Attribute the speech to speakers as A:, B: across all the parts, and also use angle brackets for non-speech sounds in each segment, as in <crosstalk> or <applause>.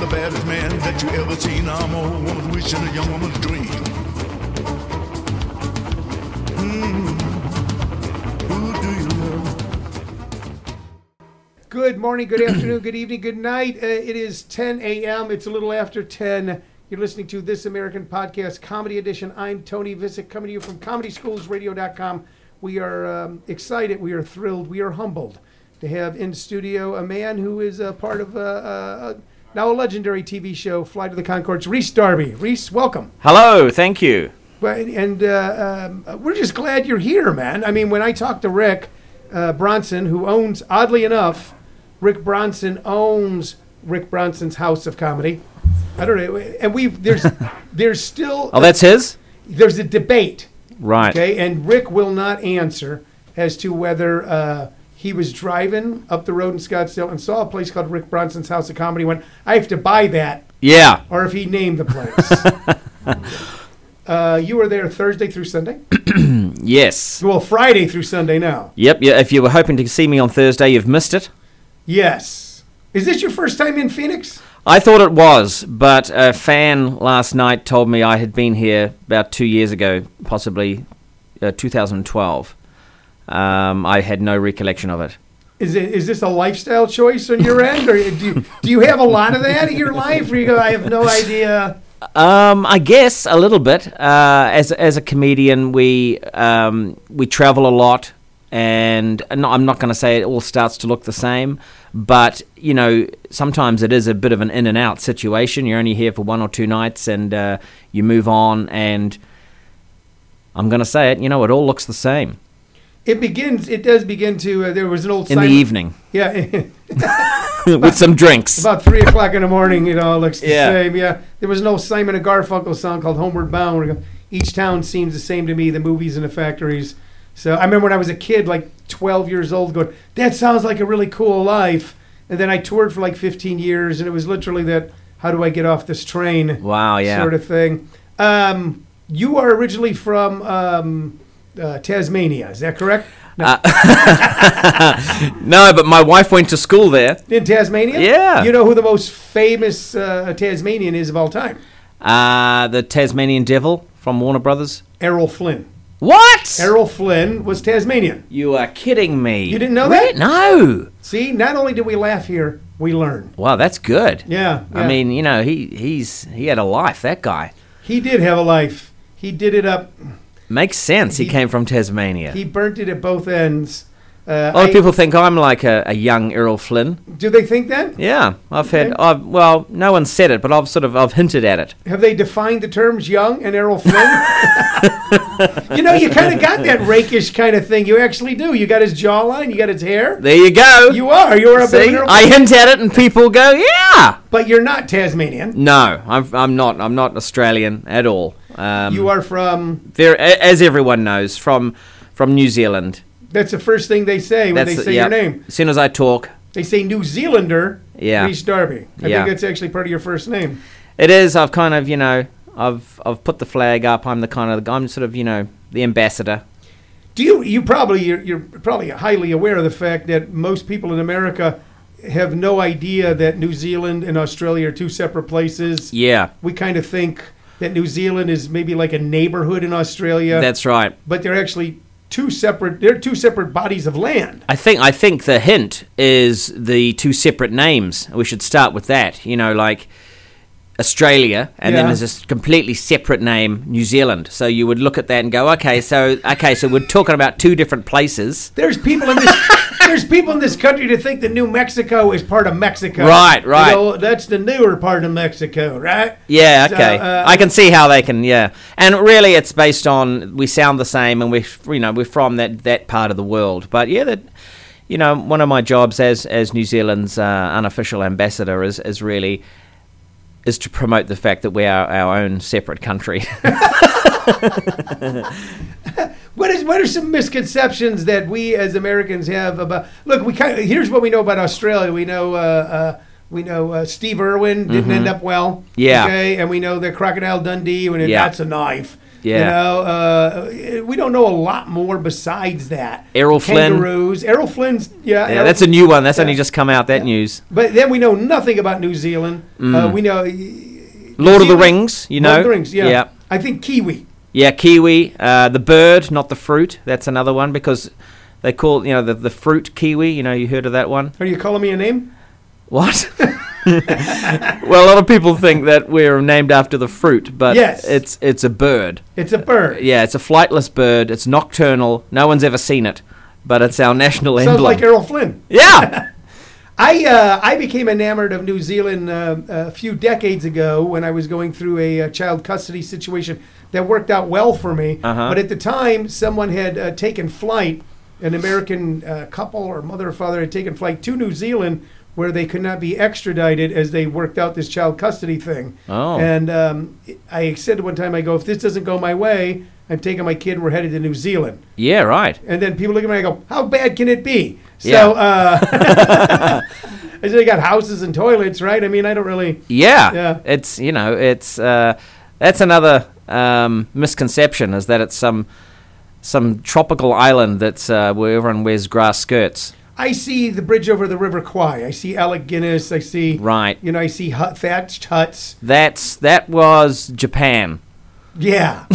A: man that you ever seen. I'm a woman's wish and a young woman's dream. Mm. Who do you love?
B: Good morning, good afternoon, good evening, good night. Uh, it is 10 a.m. It's a little after 10. You're listening to This American Podcast Comedy Edition. I'm Tony Visick coming to you from ComedySchoolsRadio.com. We are um, excited, we are thrilled, we are humbled to have in studio a man who is a part of uh, uh, now a legendary TV show, Fly to the Concords, Reese Darby. Reese, welcome.
C: Hello, thank you.
B: Well, and uh, um, we're just glad you're here, man. I mean, when I talked to Rick uh, Bronson, who owns, oddly enough, Rick Bronson owns Rick Bronson's House of Comedy. I don't know, and we
C: <laughs>
B: there's there's still
C: Oh, that's his?
B: there's a debate,
C: Right.
B: okay? And Rick will not answer as to whether uh, he was driving up the road in Scottsdale and saw a place called Rick Bronson's House of Comedy. Went, I have to buy that
C: Yeah.
B: or if he named the place.
C: <laughs>
B: uh, you were there Thursday through Sunday.
C: Yes.
B: Well, Friday through Sunday now.
C: Yep, yeah, if you were hoping to see me on Thursday, you've missed it.
B: Yes. Is this your first time in Phoenix?
C: I thought it was, but a fan last night told me I had been here about two years ago, possibly uh, 2012. Um, I had no recollection of it.
B: Is it is this a lifestyle choice on your end, or do you, do you have a lot of that in your life? Where you go, I have no idea.
C: Um, I guess a little bit. Uh, as as a comedian, we um, we travel a lot, and no, I'm not going to say it all starts to look the same, but you know sometimes it is a bit of an in and out situation. You're only here for one or two nights, and uh, you move on. And I'm going to say it. You know, it all looks the same
B: It begins. It does begin to. Uh, there was an old
C: in the
B: Simon-
C: evening <laughs>
B: Yeah. <laughs>
C: with some drinks.
B: About three o'clock in the morning, you know, it looks the
C: Yeah.
B: same. Yeah, there was no Simon and Garfunkel song called "Homeward Bound." Where it go, Each town seems the same to me. The movies and the factories. So I remember when I was a kid, like twelve years old, going, "That sounds like a really cool life." And then I toured for like fifteen years, and it was literally that, "How do I get off this train?"
C: Wow, yeah.
B: sort of thing. Um, you are originally from um, uh, Tasmania, is that correct? No,
C: Uh, No, but my wife went to school there.
B: in Tasmania.
C: Yeah.
B: You know who the most famous uh, Tasmanian is of all time?
C: Uh, the Tasmanian Devil from Warner Brothers.
B: Errol Flynn.
C: What?
B: Errol Flynn was Tasmanian.
C: You are kidding me.
B: You didn't know that?
C: Really? No.
B: See, not only do we laugh here, we learn.
C: Wow, that's good.
B: Yeah, yeah.
C: I mean, you know, he he's he had a life. That guy
B: He did have a life. He did it up.
C: makes sense. He,
B: He-
C: came from Tasmania.
B: He burnt it at both ends. Uh,
C: a lot of
B: I-
C: people think I'm like a, a young Errol Flynn.
B: do they think that?
C: Yeah, I've had.
B: Okay.
C: I've, well, no one said it, but I've sort of I've hinted at it.
B: Have they defined the terms young and Errol
C: <laughs>
B: Flynn? you know, you kind of got that rakish kind of thing. You actually do. You got his jawline. You got his hair.
C: There you go.
B: You are. You are a bit of
C: See,
B: an Errol
C: I
B: Flynn.
C: hint at it, and people go, "Yeah."
B: but you're not Tasmanian.
C: No, I'm I'm not. I'm not Australian at all. Um,
B: You are from.
C: very- a- as everyone knows from from New Zealand.
B: That's the first thing they say when they say
C: yeah.
B: your name.
C: As soon as I talk,
B: They say New Zealander,
C: Yeah.
B: Reese Darby. I
C: Yeah.
B: think that's actually part of your first name.
C: It is. I've kind of, you know, I've I've put the flag up. I'm the kind of, I'm sort of, you know, the ambassador.
B: Do you? You probably you're, you're probably highly aware of the fact that most people in America have no idea that New Zealand and Australia are two separate places.
C: Yeah,
B: We kind of think that New Zealand is maybe like a neighborhood in Australia,
C: that's right.
B: but they're actually two separate. They're two separate bodies of land.
C: I think I think the hint is the two separate names. We should start with that. You know, like Australia, and then
B: Yeah.
C: there's this completely separate name, New Zealand. So you would look at that and go, okay, so okay, so we're talking about two different places.
B: There's people in this.
C: <laughs>
B: there's people in this country to think that New Mexico is part of Mexico.
C: Right,
B: You
C: right.
B: know, that's the newer part of Mexico, right?
C: Yeah,
B: So,
C: okay.
B: uh,
C: I can see how they can. Yeah, and really, it's based on we sound the same, and we, are you know, we're from that that part of the world. But yeah, that you know, one of my jobs as as New Zealand's uh, unofficial ambassador is is really is to promote the fact that we are our own separate country. <laughs>
B: What is what are some misconceptions that we as Americans have about? Look, we kind of, here's what we know about Australia. We know uh, uh, we know uh, Steve Irwin didn't end up well.
C: Mm-hmm. Yeah.
B: Okay, and we know that Crocodile Dundee when it,
C: Yeah.
B: that's a knife. You
C: Yeah.
B: know, uh, we don't know a lot more besides that.
C: Errol Flynn.
B: Kangaroos. Errol Flynn's, yeah.
C: Yeah,
B: Errol-
C: that's a new one. That's only
B: Yeah.
C: just come out. That news.
B: But then we know nothing about New Zealand. Uh, we know.
C: Lord of the
B: Zealand-
C: Rings. You know.
B: Lord of the Rings, yeah.
C: Yeah.
B: I think kiwi.
C: Yeah, kiwi. Uh, the bird, not the fruit. That's another one because they call you know the the fruit kiwi. You know, you heard of that one?
B: Are you calling me a name? <laughs>
C: What? well, a lot of people think that we're named after the fruit, but
B: Yes.
C: it's it's a bird.
B: It's a bird.
C: Yeah, it's a flightless bird. It's nocturnal. No one's ever seen it, but it's our national
B: Sounds
C: emblem.
B: like Errol Flynn. <laughs>
C: yeah.
B: I uh, I became enamored of New Zealand uh, a few decades ago when I was going through a, uh child custody situation that worked out well for me.
C: Uh-huh.
B: But at the time, someone had uh, taken flight. An American uh, couple or mother or father had taken flight to New Zealand where they could not be extradited as they worked out this child custody thing.
C: Oh.
B: And um, I said one time, I go, if this doesn't go my way, I'm taking my kid. We're headed to New Zealand.
C: Yeah. Right.
B: And then people look at me and I go, how bad can it be? So,
C: Yeah.
B: uh,
C: <laughs>
B: I said, I got houses and toilets, right? I mean, I don't really.
C: Yeah.
B: Yeah.
C: It's you know, it's uh, that's another um, misconception is that it's some some tropical island that's uh, where everyone wears grass skirts.
B: I see the bridge over the River Kwai. I see Alec Guinness. I see.
C: Right.
B: You know, I see hut, thatched huts.
C: That's that was Japan. <laughs>
B: Yeah.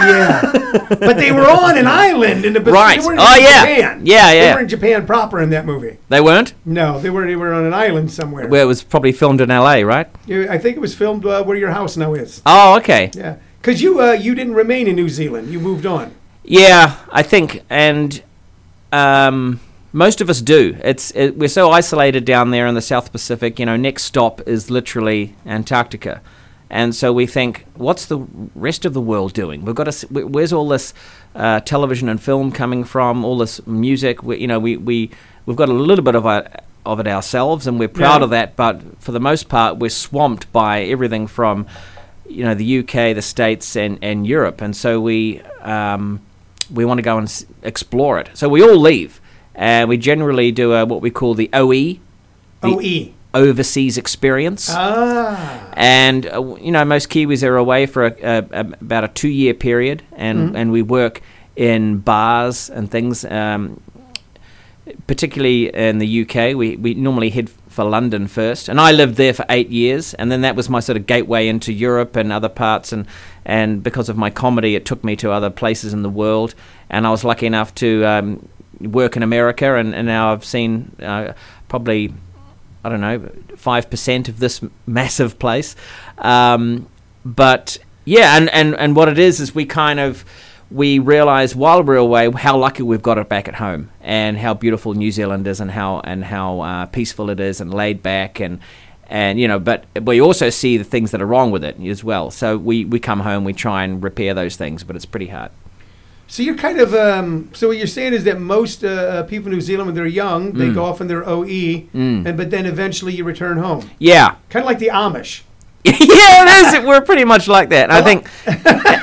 B: yeah. But they were on an island in the but
C: Right.
B: They weren't
C: Oh,
B: in
C: yeah.
B: Japan.
C: Yeah,
B: They
C: yeah.
B: were in Japan proper in that movie.
C: They weren't.
B: No, they were, they were on an island somewhere.
C: Where it was probably filmed in L.A. Right?
B: You- I think it was filmed uh, where your house now is.
C: Oh, okay.
B: Yeah. Because you, uh, you didn't remain in New Zealand, you moved on.
C: Yeah, I think, and um, most of us do. It's it, we're so isolated down there in the South Pacific. You know, next stop is literally Antarctica, and so we think, what's the rest of the world doing? We've got to. s- wh- Where's all this uh, television and film coming from? All this music. We, you know, we we we've got a little bit of our, of it ourselves, and we're proud
B: Yeah.
C: of that. But for the most part, we're swamped by everything from you know the UK, the States, and, and Europe, and so we um, we want to go and s- explore it. So we all leave, and we generally do a, what we call the OE, The-
B: OE.
C: overseas experience,
B: Ah.
C: and uh, w- you know most Kiwis are away for a, a, a, about a two year period, and and we work in bars and things. Um, particularly in the UK, we, we normally head for London first, and I lived there for eight years, and then that was my sort of gateway into Europe and other parts, and and because of my comedy, it took me to other places in the world, and I was lucky enough to um, work in America, and, and now I've seen uh, probably I don't know five percent of this m- massive place, um, but yeah, and, and and what it is is we kind of we realize while we're away how lucky we've got it back at home and how beautiful New Zealand is and how and how uh, peaceful it is and laid back and and you know but we also see the things that are wrong with it as well so we we come home we try and repair those things but it's pretty hard
B: So you're kind of um, so what you're saying is that most uh, uh, people in New Zealand when they're young they go off in their OE and but then eventually you return home,
C: yeah
B: kind of like the Amish.
C: <laughs> yeah, it is. We're pretty much like that. And
B: <laughs>
C: I think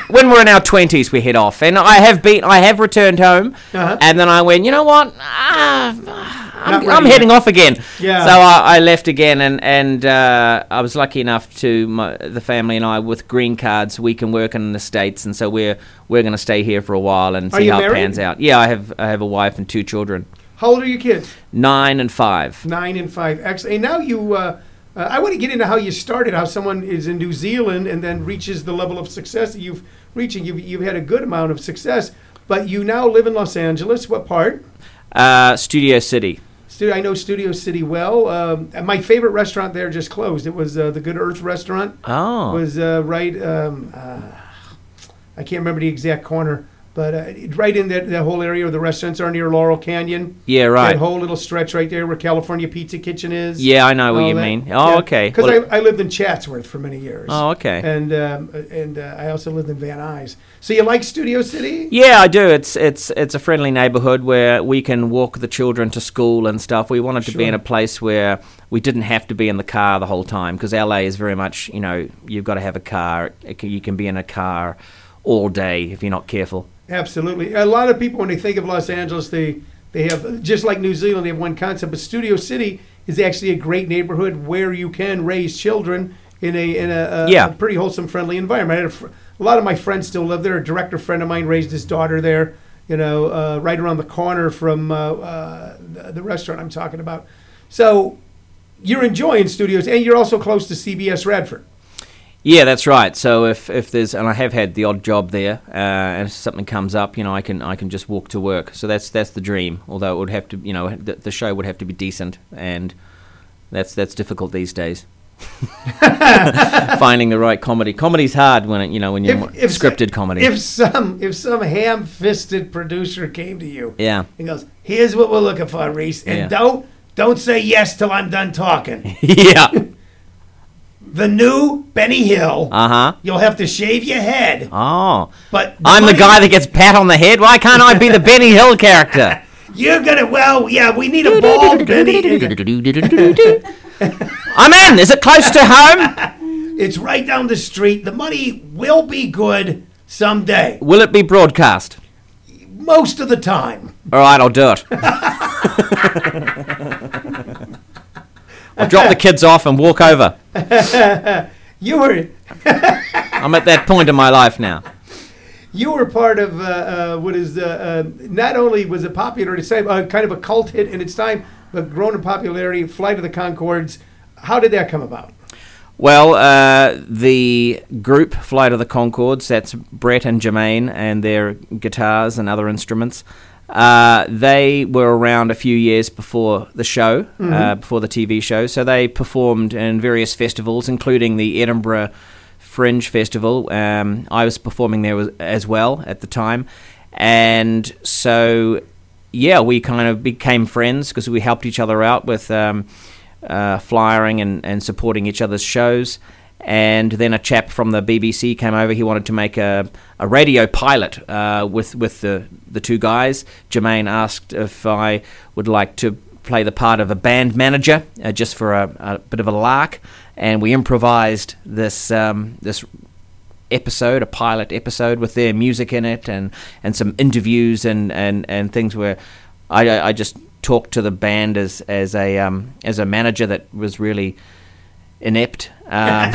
C: when we're in our twenties, we head off. And I have been, I have returned home,
B: Uh-huh.
C: and then I went. You know what? Ah, I'm,
B: ready
C: I'm
B: yet.
C: heading off again.
B: Yeah.
C: So I, I left again, and and uh, I was lucky enough to my, the family and I with green cards. We can work in the states, and so we're we're going to stay here for a while and
B: Are
C: see
B: you
C: how
B: married?
C: it pans out. Yeah, I have I have a wife and two children,
B: How old are your kids?
C: nine and five.
B: Nine and five. X. And now you, uh, uh, I want to get into how you started, how someone is in New Zealand and then reaches the level of success that you've reaching. You've you've had a good amount of success, but you now live in Los Angeles. What part?
C: Uh, Studio City.
B: Stu- I know Studio City well. Um, and my favorite restaurant there just closed. It was uh, the Good Earth Restaurant.
C: Oh,
B: was uh, right. Um, uh, I can't remember the exact corner, but uh, it- right in that, that whole area where the restaurants are near Laurel Canyon.
C: yeah, right.
B: That whole little stretch right there where California Pizza Kitchen is.
C: Yeah, I know what you mean. Oh, okay.
B: Because
C: Well-
B: I, I lived in Chatsworth for many years.
C: Oh, okay.
B: And um, and uh, I also lived in Van Nuys. So you like Studio City?
C: Yeah, I do. It's it's it's a friendly neighborhood where we can walk the children to school and stuff. We wanted to be
B: Sure.
C: in a place where we didn't have to be in the car the whole time because LA is very much you know you've got to have a car. It can, you can be in a car all day if you're not careful.
B: Absolutely. A lot of people, when they think of Los Angeles, they they have just like New Zealand, they have one concept. But Studio City is actually a great neighborhood where you can raise children in a in a, a,
C: Yeah.
B: a pretty wholesome, friendly environment. I had a, fr- a lot of my friends still live there. A director friend of mine raised his daughter there. You know, uh, right around the corner from uh, uh, the, the restaurant I'm talking about. So you're enjoying studios, and you're also close to CBS Radford.
C: Yeah, that's right. So if, if there's and I have had the odd job there, uh, and if something comes up, you know, I can I can just walk to work. So that's that's the dream. Although it would have to, you know, the, the show would have to be decent, and that's that's difficult these days. <laughs> Finding the right comedy. Comedy's hard when it, you know when you're
B: If- if-
C: scripted comedy.
B: If some if some ham-fisted producer came to you
C: yeah, <laughs>
B: and goes, "Here's what we're looking for, Reese, and
C: Yeah.
B: don't don't say yes till I'm done
C: <laughs>
B: talking."
C: yeah,
B: the new Benny Hill.
C: uh huh.
B: You'll have to shave your head,
C: Oh,
B: but
C: I'm the
B: money-
C: guy that gets pat on the head. Why can't I be the Benny Hill character?
B: You're gonna. Well, yeah, we need a bald Benny.
C: I'm in. Is it close to home?
B: It's right down the street. The money will be good someday.
C: Will it be broadcast?
B: Most of the time.
C: All right, I'll do it. I'll drop the kids off and walk over.
B: You were
C: I'm at that point in my life now.
B: you were part of uh, uh, what is uh, uh, not only was it popular at its time, uh, kind of a cult hit in its time, but grown in popularity, Flight of the Concords. How did that come about?
C: Well, uh, the group Flight of the Concords, that's Brett and Jermaine and their guitars and other instruments, uh, they were around a few years before the show, uh, before the TV show. So they performed in various festivals, including the Edinburgh Fringe Festival. Um, I was performing there was- as well at the time. And so yeah, we kind of became friends because we helped each other out with um, uh, flyering and, and supporting each other's shows. And then a chap from the BBC came over. He wanted to make a, a radio pilot uh, with with the the two guys. Jermaine asked if I would like to play the part of a band manager uh, just for a, a bit of a lark. And we improvised this um, this episode, a pilot episode with their music in it and, and some interviews and, and, and things where I, I I just talked to the band as, as a um, as a manager that was really inept. Um,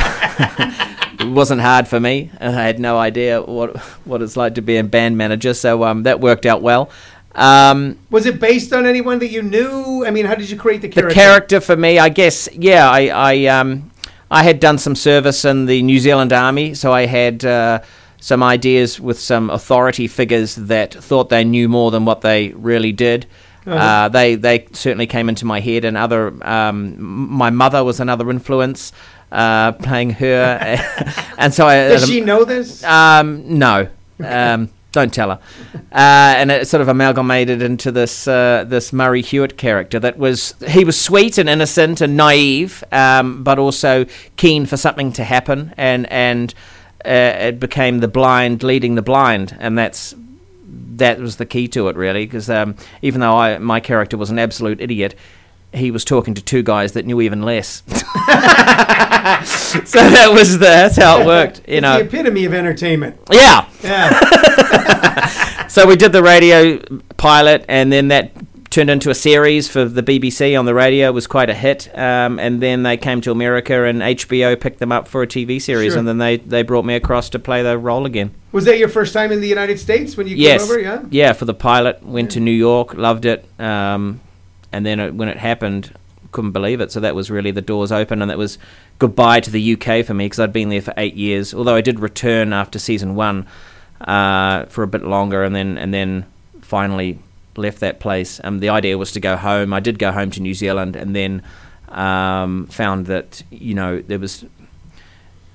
C: it wasn't hard for me. I had no idea what what it's like to be a band manager, so um, that worked out well. Um,
B: Was it based on anyone that you knew? I mean, how did you create the character?
C: the character for me, I guess, yeah, I, I, um, I had done some service in the New Zealand Army, so I had uh, some ideas with some authority figures that thought they knew more than what they really did.
B: Uh-huh.
C: Uh, they they certainly came into my head, and other um, m- my mother was another influence, uh,
B: <laughs>
C: playing her, and so I
B: Does she know this?
C: um, no. Um, don't tell her. Uh, and it sort of amalgamated into this uh, this Murray Hewitt character that was he was sweet and innocent and naive, um, but also keen for something to happen. And and uh, it became the blind leading the blind, and that's that was the key to it, really, because um, even though I, my character was an absolute idiot, he was talking to two guys that knew even less. <laughs> so that was the, that's how it worked, you
B: it's
C: know.
B: the epitome of
C: <laughs>
B: entertainment.
C: Yeah.
B: Yeah.
C: <laughs> So we did the radio pilot, and then that turned into a series for the BBC on the radio. It was quite a hit. Um, and then they came to America, and HBO picked them up for a TV series,
B: Sure.
C: and then they, they brought me across to play the role again.
B: Was that your first time in the United States when you
C: yes.
B: came over? Yeah.
C: for the pilot. Went to New York, loved it. Um, and then it, when it happened, couldn't believe it. So that was really the doors open, and that was goodbye to the UK for me because I'd been there for eight years. Although I did return after season one uh, for a bit longer, and then and then finally left that place. Um, the idea was to go home. I did go home to New Zealand, and then um, found that you know there was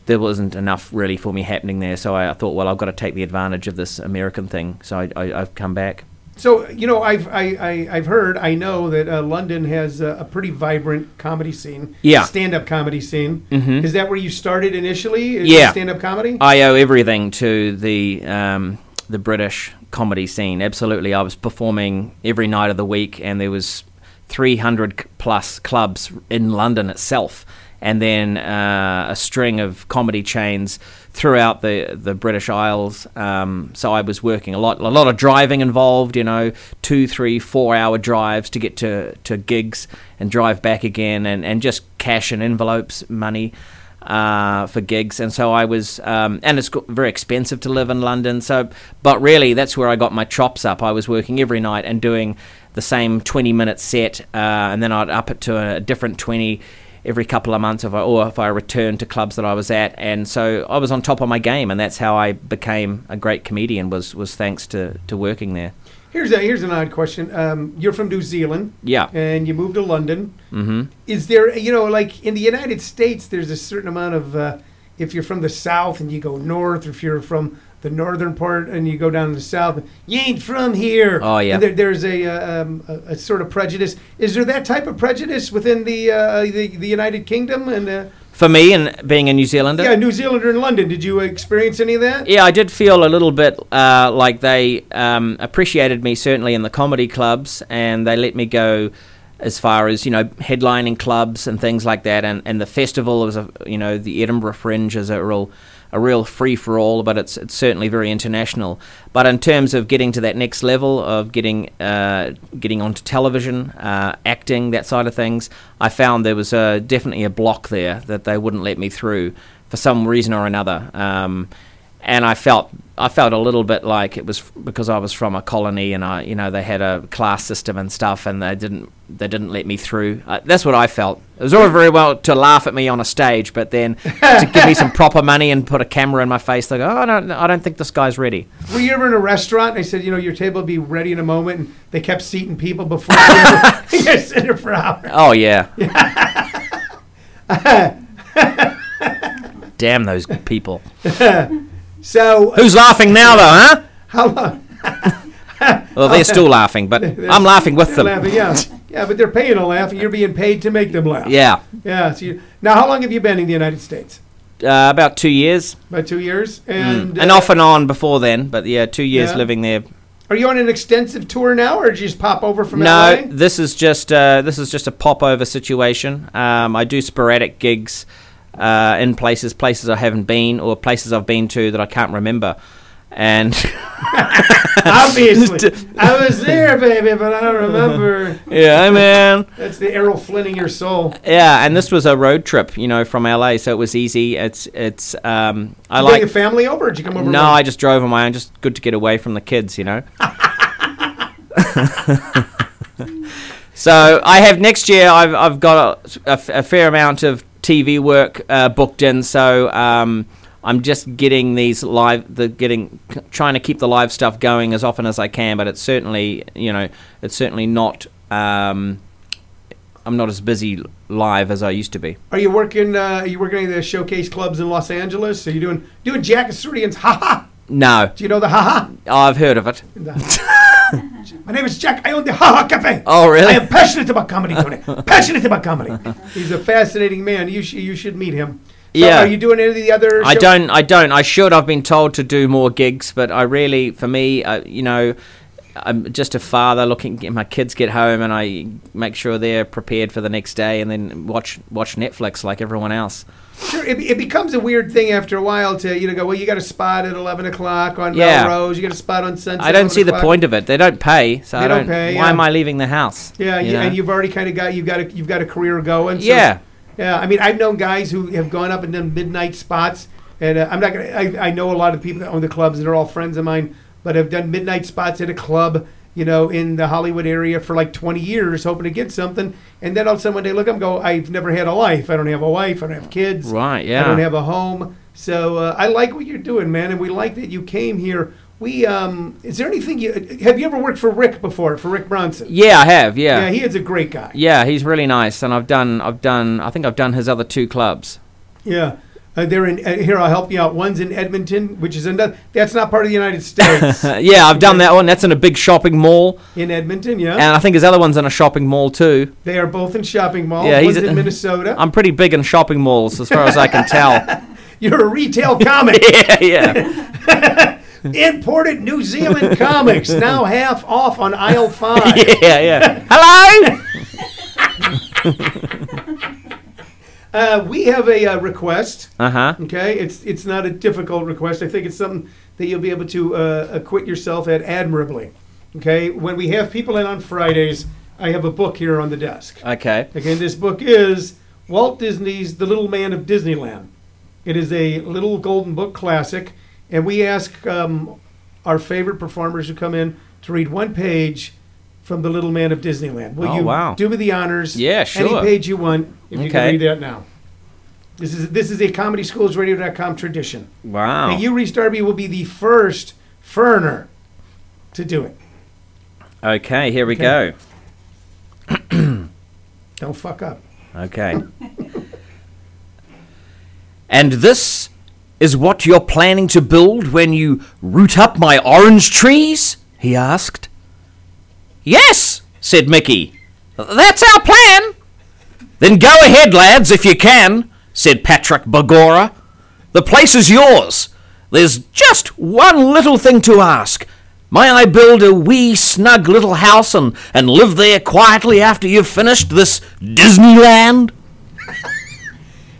C: there wasn't enough really for me happening there. So I, I thought, well, I've got to take the advantage of this American thing. So I, I, I've come back.
B: So you know, I've I, I, I've heard, I know that uh, London has a, a pretty vibrant comedy scene.
C: Yeah. Mm-hmm.
B: Stand-up comedy scene. Is that where you started initially? Is
C: Yeah. Uh,
B: Stand-up comedy.
C: I owe everything to the um, the British comedy scene. Absolutely, I was performing every night of the week, and there was 300 c- plus clubs in London itself, and then uh, a string of comedy chains throughout the the British Isles. Um, so I was working a lot, a lot of driving involved. You know, two, three, four hour drives to get to to gigs and drive back again, and and just cash in envelopes, money. uh, for gigs, and so I was, um, and it's go- very expensive to live in London. So, but really, that's where I got my chops up. I was working every night and doing the same twenty-minute set, uh, and then I'd up it to a different twenty every couple of months, if I, or if I returned to clubs that I was at. And so I was on top of my game, and that's how I became a great comedian. Was was thanks to to working there.
B: Here's a here's an odd question. Um, you're from New Zealand,
C: Yeah.
B: and you moved to London. Mm-hmm. Is there you know like in the United States, there's a certain amount of uh, if you're from the South and you go north, if you're from the northern part and you go down to the south, you ain't from here.
C: Oh, yeah.
B: And there, there's a, uh, um, a a sort of prejudice. Is there that type of prejudice within the uh, the, the United Kingdom and uh,
C: For me, and being a New Zealander,
B: yeah, New Zealander in London? Did you experience any of that?
C: Yeah, I did feel a little bit uh, like they um, appreciated me certainly in the comedy clubs, and they let me go as far as you know headlining clubs and things like that. And, and the festival was a you know the Edinburgh Fringe is a real a real free for all, but it's it's certainly very international. But in terms of getting to that next level of getting uh, getting onto television, uh, acting that side of things, I found there was a, definitely a block there that they wouldn't let me through for some reason or another. Um, and I felt I felt a little bit like it was f- because I was from a colony and I you know they had a class system and stuff and they didn't they didn't let me through. Uh, that's what I felt. It was all very well to laugh at me on a stage, but then to
B: <laughs>
C: give me some proper money and put a camera in my face, they go, oh, I don't I don't think this guy's ready.
B: Were you ever in a restaurant? And I said, you know, your table will be ready in a moment. And they kept seating people before you <laughs> were you sit there for hours. <laughs>
C: Oh yeah. Damn those people.
B: So
C: Who's laughing now though,
B: how long?
C: huh? Well, they're still laughing, but I'm laughing with
B: <laughs> They're laughing,
C: them.
B: yeah, yeah, but they're paying to laugh, and you're being paid to make them laugh.
C: Yeah.
B: yeah. So you, now, how long have you been in the United States?
C: Uh, about 2 years.
B: About two years,
C: Mm.
B: and,
C: and
B: uh,
C: off and on before then, but yeah, two years
B: Yeah.
C: living there.
B: Are you on an extensive tour now, or did you just pop over from LA?
C: No, <laughs> this is just uh, this is just a pop over situation. Um, I do sporadic gigs uh, in places places I haven't been or places I've been to that I can't remember, and <laughs>
B: Obviously, I was there, baby, but I don't remember.
C: yeah, man.
B: That's the Errol Flynn in your soul.
C: Yeah, and this was a road trip, you know, from LA, so it was easy. It's it's um, I
B: Bring your
C: like
B: family over? Or did you come over?
C: no,
B: alone?
C: I just drove on my own. Just good to get away from the kids, you know. so I have next year. I've I've got a, a f- a fair amount of TV work uh, booked in. So um, I'm just getting these live, the getting trying to keep the live stuff going as often as I can. But it's certainly you know it's certainly not. Um, I'm not as busy live as I used to be.
B: Are you working? Uh, are you working any of the showcase clubs in Los Angeles? Are you doing doing Jack and Surdian's? Ha ha!
C: No,
B: Do you know the ha
C: I've heard of it.
B: ha? <laughs> My name is Jack. I own the Ha Ha Cafe.
C: Oh, really?
B: I am passionate about comedy,
C: <laughs>
B: Tony. passionate about comedy. He's a fascinating man. You should you should meet him. So
C: Yeah.
B: Are you doing any of the other?
C: I
B: show-
C: don't. I don't. I should. I've been told to do more gigs, but I really, for me, uh, you know, I'm just a father looking. My kids get home, and I make sure they're prepared for the next day, and then watch watch Netflix like everyone else.
B: Sure, it, be- it becomes a weird thing after a while to you know go well. You got a spot at eleven o'clock on
C: Yeah.
B: Melrose. You got a spot on Sunset.
C: I don't see
B: 11
C: the
B: o'clock.
C: point of it. They don't pay, so
B: They
C: I
B: don't
C: don't.
B: pay,
C: why
B: yeah.
C: am I leaving the house?
B: Yeah,
C: you
B: you
C: know?
B: and you've already kind of got you've got a you've got a career going. so-
C: Yeah.
B: yeah. I mean, I've known guys who have gone up and done midnight spots, and uh, I'm not gonna. I, I know a lot of the people that own the clubs, and they're all friends of mine, but have done midnight spots at a club, you know, in the Hollywood area for like 20 years, hoping to get something, and then all of a sudden one day look, I'm go, I've never had a life. I don't have a wife. I don't have kids.
C: Right,
B: I don't
C: yeah.
B: have a home. So uh, I like what you're doing, man, and we like that you came here. We um, is there anything you have you ever worked for Rick before for Rick Bronson?
C: yeah, I have. Yeah.
B: Yeah, he is a great guy.
C: yeah, he's really nice, and I've done. I've done. I think I've done his other two clubs.
B: Yeah. Uh, they're in uh, here. I'll help you out. One's in Edmonton, which is another. That's not part of the United
C: <laughs>
B: States.
C: Uh, yeah, I've done that one. That's in a big shopping mall,
B: in Edmonton, yeah.
C: and I think his other one's in a shopping mall too.
B: they are both in shopping malls.
C: Yeah,
B: One's
C: he's a- <laughs>
B: in Minnesota.
C: I'm pretty big in shopping malls, as far as I can tell. <laughs>
B: You're a retail comic.
C: yeah, yeah.
B: Imported New Zealand
C: <laughs>
B: comics now half off on aisle five.
C: Yeah, yeah. Hello?
B: Uh, we have a uh, request.
C: Uh huh.
B: Okay, it's it's not a difficult request. I think it's something that you'll be able to uh, acquit yourself at admirably. Okay, when we have people in on Fridays, I have a book here on the desk.
C: Okay.
B: Again, this book is Walt Disney's The Little Man of Disneyland. It is a little Golden Book classic, and we ask um, our favorite performers who come in to read one page from The Little Man of Disneyland. Will
C: Oh,
B: you
C: wow.
B: do me the honors?
C: Yeah,
B: Any
C: sure.
B: page you want, if you can
C: Okay.
B: read that now. This is this is a comedyschoolsradio.com tradition.
C: Wow.
B: And you, Reese Darby, will be the first ferner to do it.
C: okay, here we
B: Okay.
C: go.
B: Don't fuck up.
C: Okay. and this is what you're planning to build when you root up my orange trees? he asked. Yes, said Mickey. That's our plan. Then go ahead, lads, if you can, said Patrick Bagora. The place is yours. There's just one little thing to ask. May I build a wee, snug little house and, and live there quietly after you've finished this Disneyland?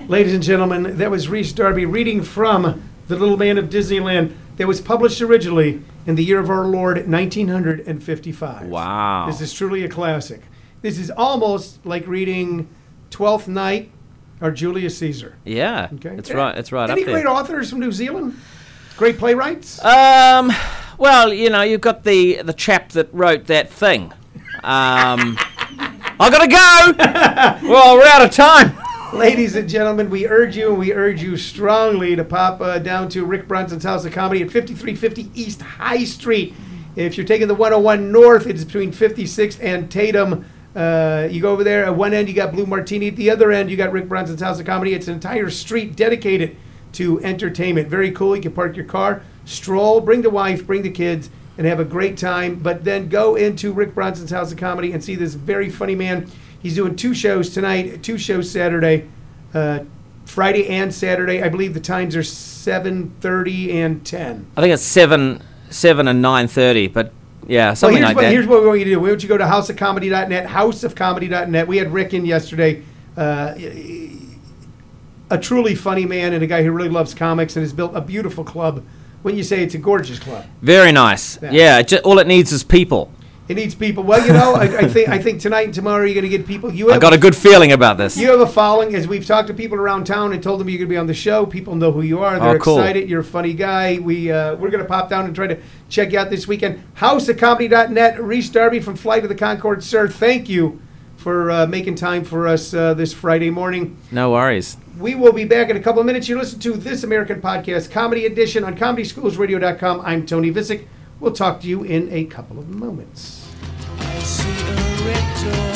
B: Ladies and gentlemen, that was Reese Darby reading from The Little Man of Disneyland that was published originally in the year of our Lord, 1955.
C: Wow.
B: This is truly a classic. This is almost like reading Twelfth Night or Julius Caesar.
C: Yeah,
B: Okay.
C: that's right. That's right.
B: Any
C: up there.
B: great authors from New Zealand? Great playwrights?
C: Um, well, you know, you've got the the chap that wrote that thing. Um, I gotta
B: <laughs>
C: go. well, we're out of time.
B: Ladies and gentlemen, we urge you and we urge you strongly to pop uh, down to Rick Bronson's House of Comedy at 5350 East High Street. If you're taking the 101 North, it's between 56 and Tatum. Uh, you go over there, at one end you got Blue Martini, at the other end you got Rick Bronson's House of Comedy. It's an entire street dedicated to entertainment. Very cool. You can park your car, stroll, bring the wife, bring the kids, and have a great time. But then go into Rick Bronson's House of Comedy and see this very funny man. He's doing two shows tonight, two shows Saturday, uh, Friday and Saturday. I believe the times are seven thirty and ten.
C: I think it's seven, seven and nine thirty, but yeah,
B: So
C: something
B: here's,
C: like
B: what,
C: that.
B: here's what we want you to do. We want you to go to houseofcomedy.net, houseofcomedy.net. We had Rick in yesterday, uh, a truly funny man and a guy who really loves comics and has built a beautiful club. When you say it's a gorgeous club,
C: Very nice. Yeah, ju- all it needs is people.
B: it needs people. Well, you know, I, I think I think tonight and tomorrow you're going to get people. You
C: I
B: have
C: got a good feeling about this.
B: You have a following. As we've talked to people around town and told them you're going to be on the show, people know who you are. They're
C: Oh, cool.
B: excited. You're a funny guy. We uh, we're going to pop down and try to check you out this weekend. Houseofcomedy.net. Reese Darby from Flight of the Concord, sir. Thank you for uh, making time for us uh, this Friday morning.
C: No worries.
B: We will be back in a couple of minutes. You listen to This American Podcast Comedy Edition on ComedySchoolsRadio.com. I'm Tony Visick. We'll talk to you in a couple of moments.
D: I see a red door